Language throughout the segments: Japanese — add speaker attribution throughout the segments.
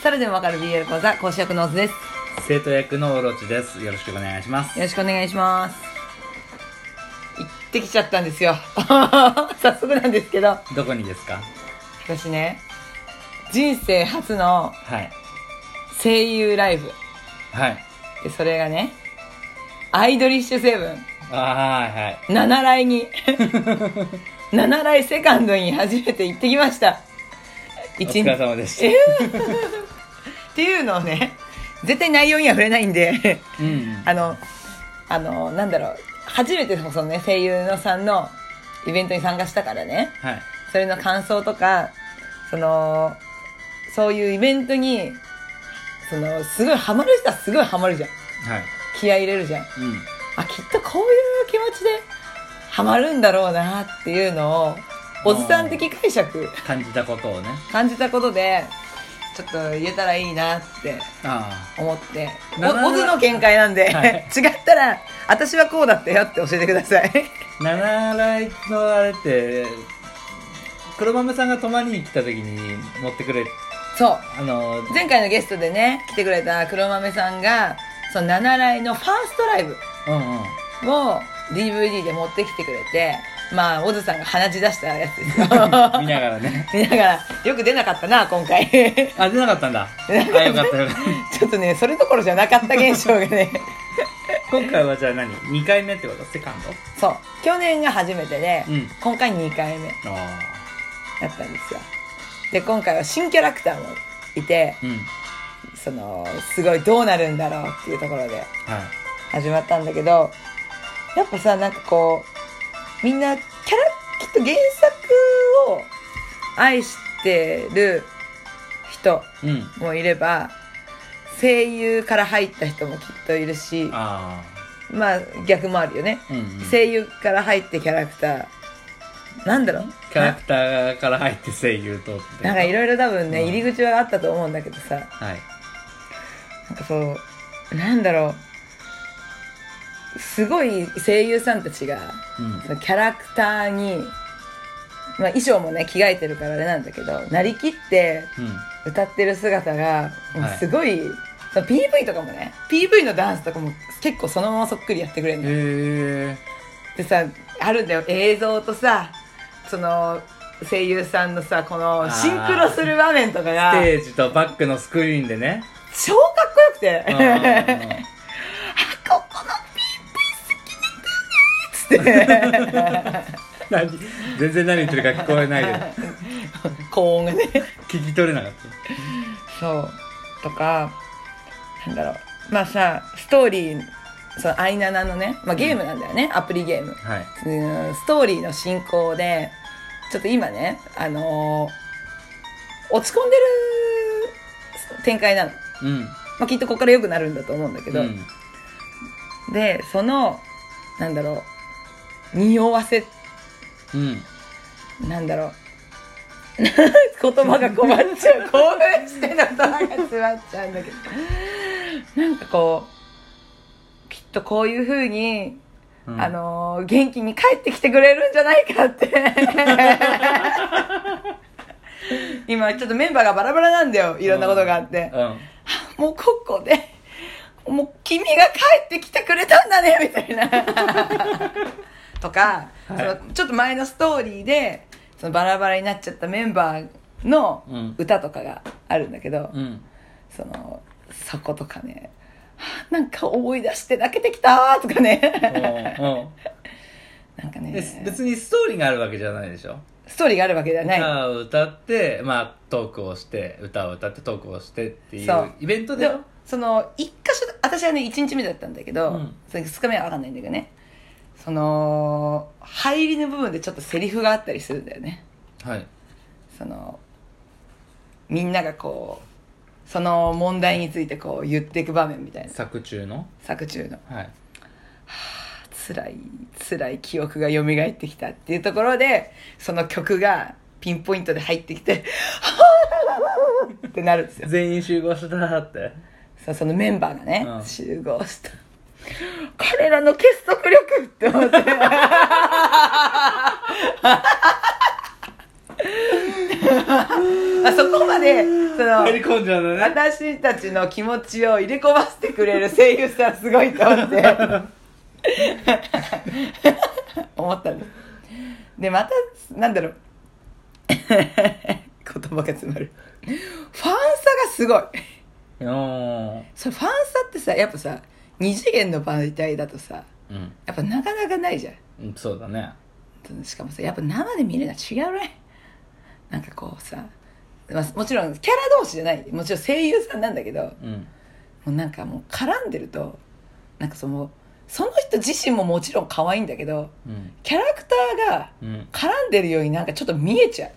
Speaker 1: 猿でもわかる BL 講座講師役のオズです
Speaker 2: 生徒役のオロチですよろしくお願いします
Speaker 1: よろしくお願いします行ってきちゃったんですよ 早速なんですけど
Speaker 2: どこにですか
Speaker 1: 私ね人生初の
Speaker 2: はい
Speaker 1: 声優ライブ
Speaker 2: はい
Speaker 1: でそれがねアイドリッシュセブン
Speaker 2: あーはいはい
Speaker 1: 七来に 七来セカンドに初めて行ってきました
Speaker 2: お
Speaker 1: 一
Speaker 2: 疲
Speaker 1: 日
Speaker 2: れ
Speaker 1: っ
Speaker 2: 様でした
Speaker 1: ていうのをね絶対内容には触れないんで
Speaker 2: うんうん
Speaker 1: あのあのなんだろう初めてそのね声優のさんのイベントに参加したからね
Speaker 2: はい
Speaker 1: それの感想とかそのそういうイベントにそのすごいハマる人はすごいハマるじゃん
Speaker 2: はい
Speaker 1: 気合い入れるじゃん
Speaker 2: うん
Speaker 1: あきっとこういう気持ちでハマるんだろうなっていうのをおじさん的解釈
Speaker 2: 感じたことをね
Speaker 1: 感じたことでちょっと言えたらいいなって
Speaker 2: あ
Speaker 1: 思って
Speaker 2: ななな
Speaker 1: おオズの見解なんで、
Speaker 2: はい
Speaker 1: 違ったら私はこうだったよって教えてください
Speaker 2: あ七来のあれって黒豆さんが泊まりに来た時に持ってくれ
Speaker 1: そう
Speaker 2: あの
Speaker 1: 前回のゲストでね来てくれた黒豆さんがその七来のファーストライブ
Speaker 2: うんうん
Speaker 1: を DVD で持ってきてくれてまあオズさんが鼻血出したやつですよ
Speaker 2: 見ながらね
Speaker 1: 見ながらよく出なかったな今回
Speaker 2: あ出なかったんだあよかったよかった
Speaker 1: ちょっとねそれどころじゃなかった現象が ね
Speaker 2: 今回はじゃあ何2回目ってことセカン
Speaker 1: そう去年が初めてで、
Speaker 2: うん
Speaker 1: 今回2回目
Speaker 2: ドあ
Speaker 1: だったんですよで今回は新キャラクターもいて
Speaker 2: あうん
Speaker 1: そのすごいどうなるんだろうっていうところで
Speaker 2: はい
Speaker 1: 始まったんだけどやっぱさなんかこうみんなキャラきっと原作を愛してる人
Speaker 2: うん
Speaker 1: もいれば声優から入った人もきっといるし
Speaker 2: あ
Speaker 1: まあ逆もあるよね、
Speaker 2: あうん、うん、
Speaker 1: 声優から入ってキャラクターなんだろう
Speaker 2: キャラクターから入って声優とって
Speaker 1: なんかいろいろ多分ね、
Speaker 2: うん
Speaker 1: 入り口はあったと思うんだけどさ
Speaker 2: はい
Speaker 1: なんかそうなんだろうすごい声優さんたちが
Speaker 2: うん
Speaker 1: そのキャラクターに、まあ、衣装もね着替えてるからあれなんだけどなりきって
Speaker 2: うん
Speaker 1: 歌ってる姿がもう
Speaker 2: はい
Speaker 1: すごい、その PV とかもね PV のダンスとかも結構そのままそっくりやってくれるのよ
Speaker 2: へえ
Speaker 1: でさあるんだよ映像とさその声優さんのさこの
Speaker 2: ー
Speaker 1: シンクロする場面とかが
Speaker 2: ステージとバックのスクリーンでね
Speaker 1: 超かっこよくて
Speaker 2: うんうん
Speaker 1: 「ここの PV 好きなんだよね」っつって
Speaker 2: 何全然何言ってるか聞こえないけど
Speaker 1: 高音がね
Speaker 2: 聞き取れなかっ
Speaker 1: そうとかなんだろうまあさストーリーそのアイナナのね、まあ、ゲームなんだよね、アプリゲーム
Speaker 2: たはい
Speaker 1: うんストーリーの進行でちょっと今ねあのー落ち込んでる展開なの、
Speaker 2: うん
Speaker 1: まあ、きっとここから良くなるんだと思うんだけど、
Speaker 2: うん
Speaker 1: でそのなんだろう匂わせ
Speaker 2: うん
Speaker 1: なんだろう 言葉が困っち ゃう興奮して言葉が詰まっちゃうんだけどなんかこうきっとこういうふうに、
Speaker 2: うん
Speaker 1: あのー元気に帰ってきてくれるんじゃないかって 今ちょっとメンバーがバラバラなんだよいろんなことがあって、
Speaker 2: うん
Speaker 1: もうここでもう君が帰ってきてくれたんだねみたいな とか、
Speaker 2: はい
Speaker 1: そのちょっと前のストーリーでそのバラバラになっちゃったメンバーの
Speaker 2: うん
Speaker 1: 歌とかがあるんだけど、
Speaker 2: うん
Speaker 1: そのそことかねはあなんか思い出して泣けてきたとかね
Speaker 2: うん
Speaker 1: なんか
Speaker 2: うん
Speaker 1: ね
Speaker 2: で別にストーリーがあるわけじゃないでしょ
Speaker 1: ストーリーがあるわけではない
Speaker 2: 歌を歌って、まあ、トークをして歌を歌ってトークをしてってい
Speaker 1: そう
Speaker 2: うイベントで
Speaker 1: で
Speaker 2: よ
Speaker 1: その一箇所私はね1日目だったんだけど、
Speaker 2: うん
Speaker 1: それ2日目は分かんないんだけどねその入りの部分でちょっとセリフがあったりするんだよね
Speaker 2: はい
Speaker 1: そのみんながこうその問題についてこう言っていく場面みたいな
Speaker 2: 作中の
Speaker 1: 作中の
Speaker 2: はい
Speaker 1: 辛い辛い記憶が蘇ってきたっていうところでその曲がピンポイントで入ってきて 「ってなるんですよ
Speaker 2: 全員集合したーって
Speaker 1: さそのメンバーがね、
Speaker 2: うん
Speaker 1: 集合した彼らの結束力って思って あそこまでその
Speaker 2: 入り込んじゃうのね
Speaker 1: 私たちの気持ちを入れ込ませてくれる声優さんすごいと思って思ったんですでまたなんだろう 言葉が詰まるファンサがすごい
Speaker 2: うん
Speaker 1: それファンサってさやっぱさ二次元の媒体だとさ
Speaker 2: うん
Speaker 1: やっぱなかなかないじゃん
Speaker 2: うんそうだね
Speaker 1: しかもさやっぱ生で見るのは違うねなんかこうさ、まあ、もちろんキャラ同士じゃないもちろん声優さんなんだけども
Speaker 2: うん
Speaker 1: うなんかもう絡んでるとなんかそのその人自身ももちろん可愛いんだけど
Speaker 2: うん
Speaker 1: キャラクターが
Speaker 2: うん
Speaker 1: 絡んでるようになんかちょっと見えちゃ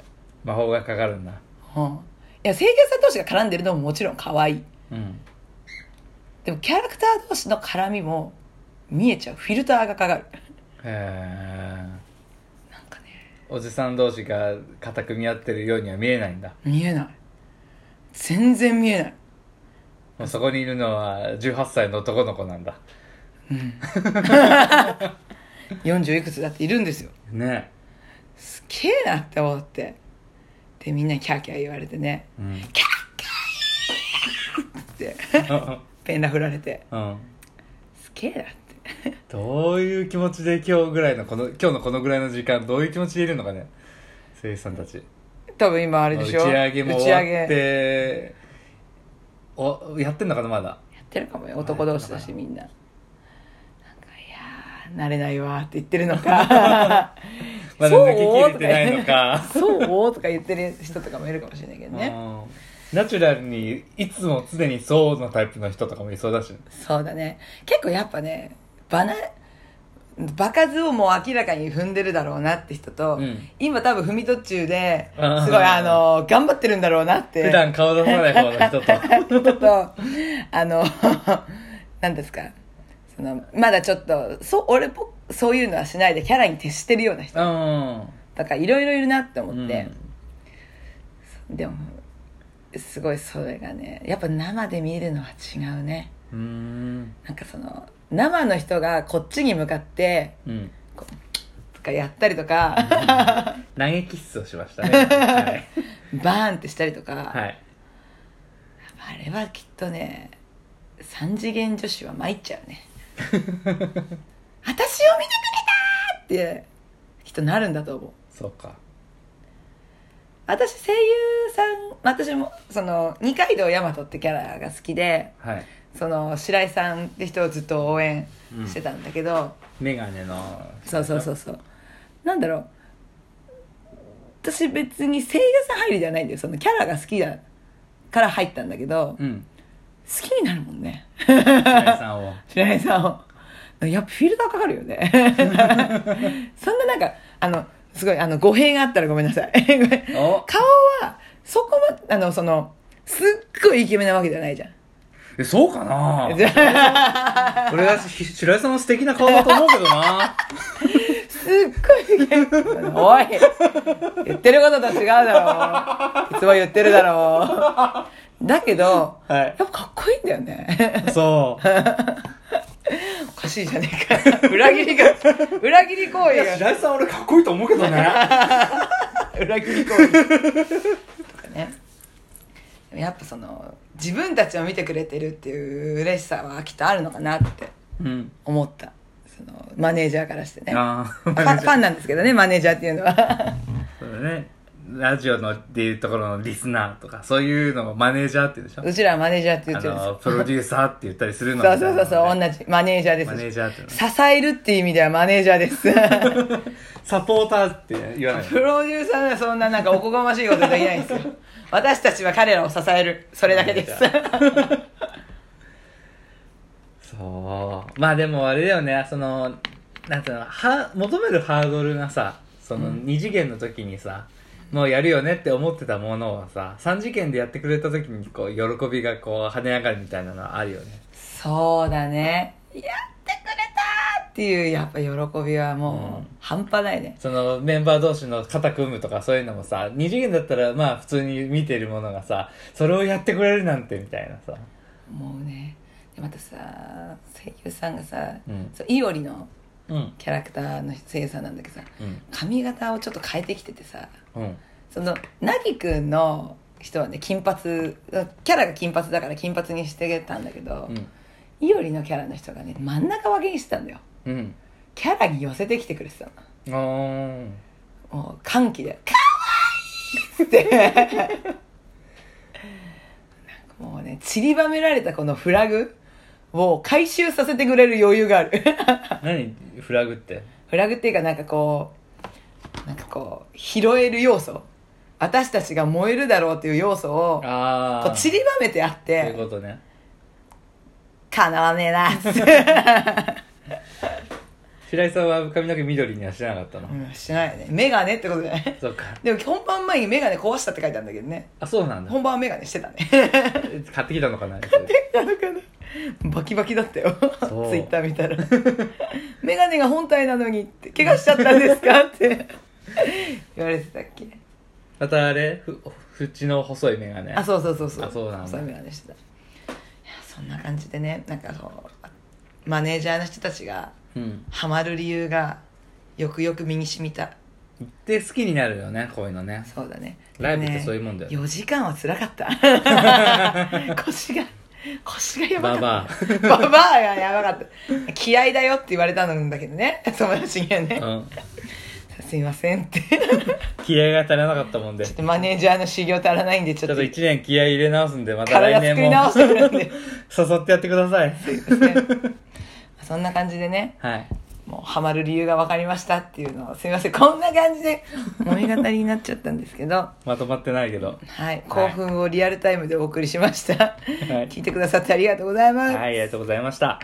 Speaker 2: 魔法がかかるんだ
Speaker 1: う、うん、いや声優さん同士が絡んでるのももちろん可愛い
Speaker 2: うん
Speaker 1: でもキャラクター同士の絡みも見えちゃうフィルターがかかる
Speaker 2: へえ
Speaker 1: なんかね
Speaker 2: おじさん同士が固く見合ってるようには見えないんだ
Speaker 1: 見えない全然見えない
Speaker 2: もうそこにいるのは18歳の男の子なんだ
Speaker 1: 40いくつだっているんですよ
Speaker 2: ね
Speaker 1: すっげえなって思ってでみんなにキャーキャー言われてね
Speaker 2: うん
Speaker 1: ってペンラ振られて
Speaker 2: うん
Speaker 1: すっげえなって
Speaker 2: どういう気持ちで今日ぐらいのこの今日のこのぐらいの時間どういう気持ちでいるのかね声優さんたち
Speaker 1: 多分今あれで
Speaker 2: 打ち
Speaker 1: しょ
Speaker 2: 上げも
Speaker 1: 打ち
Speaker 2: 終わ
Speaker 1: 上げ
Speaker 2: っておやってんのかなまだ
Speaker 1: やってるかもよ男同士だしみんななんかいやー慣れないわーって言ってるのか
Speaker 2: まだ抜き切れてないのか
Speaker 1: そうーとか言ってる人とかもいるかもしれないけどね
Speaker 2: うんナチュラルにいつも常にそうのタイプの人とかもいそうだし
Speaker 1: そうだね結構やっぱねバナ場数をもう明らかに踏んでるだろうなって人と、
Speaker 2: うん
Speaker 1: 今多分踏み途中で
Speaker 2: あー
Speaker 1: すごいあの頑張ってるんだろうなって
Speaker 2: 普段顔出さない方の 人と
Speaker 1: 人とあの 何ですかそのまだちょっとそう俺っぽそういうのはしないでキャラに徹してるような人とかいろいろいるなって
Speaker 2: うん
Speaker 1: 思って、でもすごいそれがねやっぱ生で見るのは違うね
Speaker 2: うん
Speaker 1: なんかその生の人がこっちに向かって
Speaker 2: うん
Speaker 1: こうとかやったりとか、
Speaker 2: 投げキッスをしましたね はい、
Speaker 1: バーンってしたりとか、
Speaker 2: はい、
Speaker 1: あれはきっとね三次元女子は参っちゃうね 私を見てくれたーってきっとなるんだと思う
Speaker 2: そうか
Speaker 1: 私声優さん私もその二階堂大和ってキャラが好きで
Speaker 2: はい
Speaker 1: その白井さんって人をずっと応援してたんだけど、
Speaker 2: メガネの
Speaker 1: そうそうそううそうなんだろう私別に声優さん入りじゃないんだよそのキャラが好きだから入ったんだけど、好
Speaker 2: うん
Speaker 1: きになるもんね
Speaker 2: 白井さんを
Speaker 1: 白井さんをやっぱフィルターかかるよね そんななんかあのすごいあの語弊があったらごめんなさい ごめん
Speaker 2: お
Speaker 1: 顔はそこまあのそのすっごいイケメンなわけじゃないじゃん
Speaker 2: えそうかな
Speaker 1: じゃあ
Speaker 2: 俺はひ白井さんの素敵な顔だと思うけど な
Speaker 1: すっごいイケメンおい言ってることと違うだろういつも言ってるだろうだけど
Speaker 2: はい
Speaker 1: やっぱかっこいいんだよね
Speaker 2: そう
Speaker 1: おかしいじゃねえか裏切りが裏切り行為
Speaker 2: い
Speaker 1: が
Speaker 2: や白井さん俺かっこいいと思うけどね
Speaker 1: 裏切り行為とかねでもやっぱその自分たちを見てくれてるっていう嬉しさはきっとあるのかなって
Speaker 2: うん
Speaker 1: 思ったそのマネージャーからしてねフ
Speaker 2: あ
Speaker 1: ァ
Speaker 2: あ
Speaker 1: ンファンなんですけどねマネージャーっていうの は
Speaker 2: そうだね。ラジオのっていうところのリスナーとか、そういうのをマネージャーって言うでしょ
Speaker 1: うちらはマネージャーって言ってるんです
Speaker 2: あの、
Speaker 1: よ
Speaker 2: プロデューサーって言ったりするの
Speaker 1: そうそうそうそう
Speaker 2: みたい
Speaker 1: 同じマネージャーです
Speaker 2: マネージャーっていう
Speaker 1: 支えるっていう意味ではマネージャーです
Speaker 2: のサポーターって言わない。
Speaker 1: プロデューサーはそんななんかおこがましいことできないんですよ私たちは彼らを支えるそれだけです
Speaker 2: そう。まあでもあれだよね、その、なんていうの、は、求めるハードルがさ、その二次元の時にさ、もうやるよねって思ってたものをさ、三次元でやってくれた時に、こう、喜びがこう、跳ね上がるみたいなのはあるよね。
Speaker 1: そうだねやってくれたーっていうやっぱ喜びはもう半端ないね、
Speaker 2: そのメンバー同士の肩組むとかそういうのもさ二次元だったらまあ普通に見てるものがさそれをやってくれるなんてみたいなさ
Speaker 1: もうねでまたさ声優さんがさ、
Speaker 2: うん
Speaker 1: そういおりの
Speaker 2: うん
Speaker 1: キャラクターの声優さんなんだけどさ
Speaker 2: うん
Speaker 1: 髪型をちょっと変えてきててさ
Speaker 2: うん
Speaker 1: そのなぎくんの人はね金髪キャラが金髪だから金髪にしてたんだけど、
Speaker 2: うん
Speaker 1: いおりのキャラの人がね真ん中分けにしてたんだよ
Speaker 2: うん
Speaker 1: キャラに寄せてきてくれてたの
Speaker 2: あー
Speaker 1: もう歓喜で「かわいい!」ってなんかもうね散りばめられたこのフラグを回収させてくれる余裕があ る
Speaker 2: 何フラグって
Speaker 1: フラグっていうかなんかこうなんかこう拾える要素私たちが燃えるだろうっていう要素を
Speaker 2: あ
Speaker 1: こ
Speaker 2: あ
Speaker 1: う散りばめてあっ
Speaker 2: そういう
Speaker 1: て
Speaker 2: ことね
Speaker 1: かなわねえなって
Speaker 2: 白井さんは髪の毛緑にはしてなかったの、
Speaker 1: うんしてないよね眼鏡ってことじゃない
Speaker 2: そっか
Speaker 1: でも本番前に眼鏡壊したって書いてあるんだけどね
Speaker 2: あそうなんだ
Speaker 1: 本番は眼鏡してたね
Speaker 2: 買ってきたのかな
Speaker 1: なのかなバキバキだったよ
Speaker 2: そう
Speaker 1: ツイッター見たら 「眼鏡が本体なのに」って「怪我しちゃったんですか?」って言われてたっけ
Speaker 2: またあれふ縁の細い眼鏡
Speaker 1: あそうそうそうそう
Speaker 2: あそうなんだ
Speaker 1: そういう眼鏡してたいやそんな感じでねなんかこうマネージャーの人たちが
Speaker 2: うん
Speaker 1: ハマる理由がよくよく身にしみた
Speaker 2: で好きになるよねこういうのね
Speaker 1: そうだね
Speaker 2: ライブってそういうもんだよ
Speaker 1: ね4時間はつらかった 腰が腰がやば
Speaker 2: バ
Speaker 1: か
Speaker 2: バ
Speaker 1: った ババアがやばかった気合だよって言われたんだけどね 友達にはね
Speaker 2: ア、うん、
Speaker 1: すいませんって ち
Speaker 2: 気合が足らなかったもんで
Speaker 1: ょっ
Speaker 2: ち
Speaker 1: とマネージャーの修行足らないんでち
Speaker 2: ょ
Speaker 1: ょっ
Speaker 2: っと
Speaker 1: と
Speaker 2: 1年気合い入れ直すんでまた
Speaker 1: 体
Speaker 2: 来
Speaker 1: 作
Speaker 2: 年
Speaker 1: り
Speaker 2: も
Speaker 1: 直してくるんで
Speaker 2: 誘ってやってください
Speaker 1: すい ませんそんな感じでね
Speaker 2: はい
Speaker 1: もうハマる理由が分かりましたっていうのをすいませんこんな感じで物語になっちゃったんですけど
Speaker 2: まとまってないけど
Speaker 1: はい興奮をリアルタイムでお送りしました、
Speaker 2: い
Speaker 1: 聞いてくださってありがとうございます、
Speaker 2: はいありがとうございました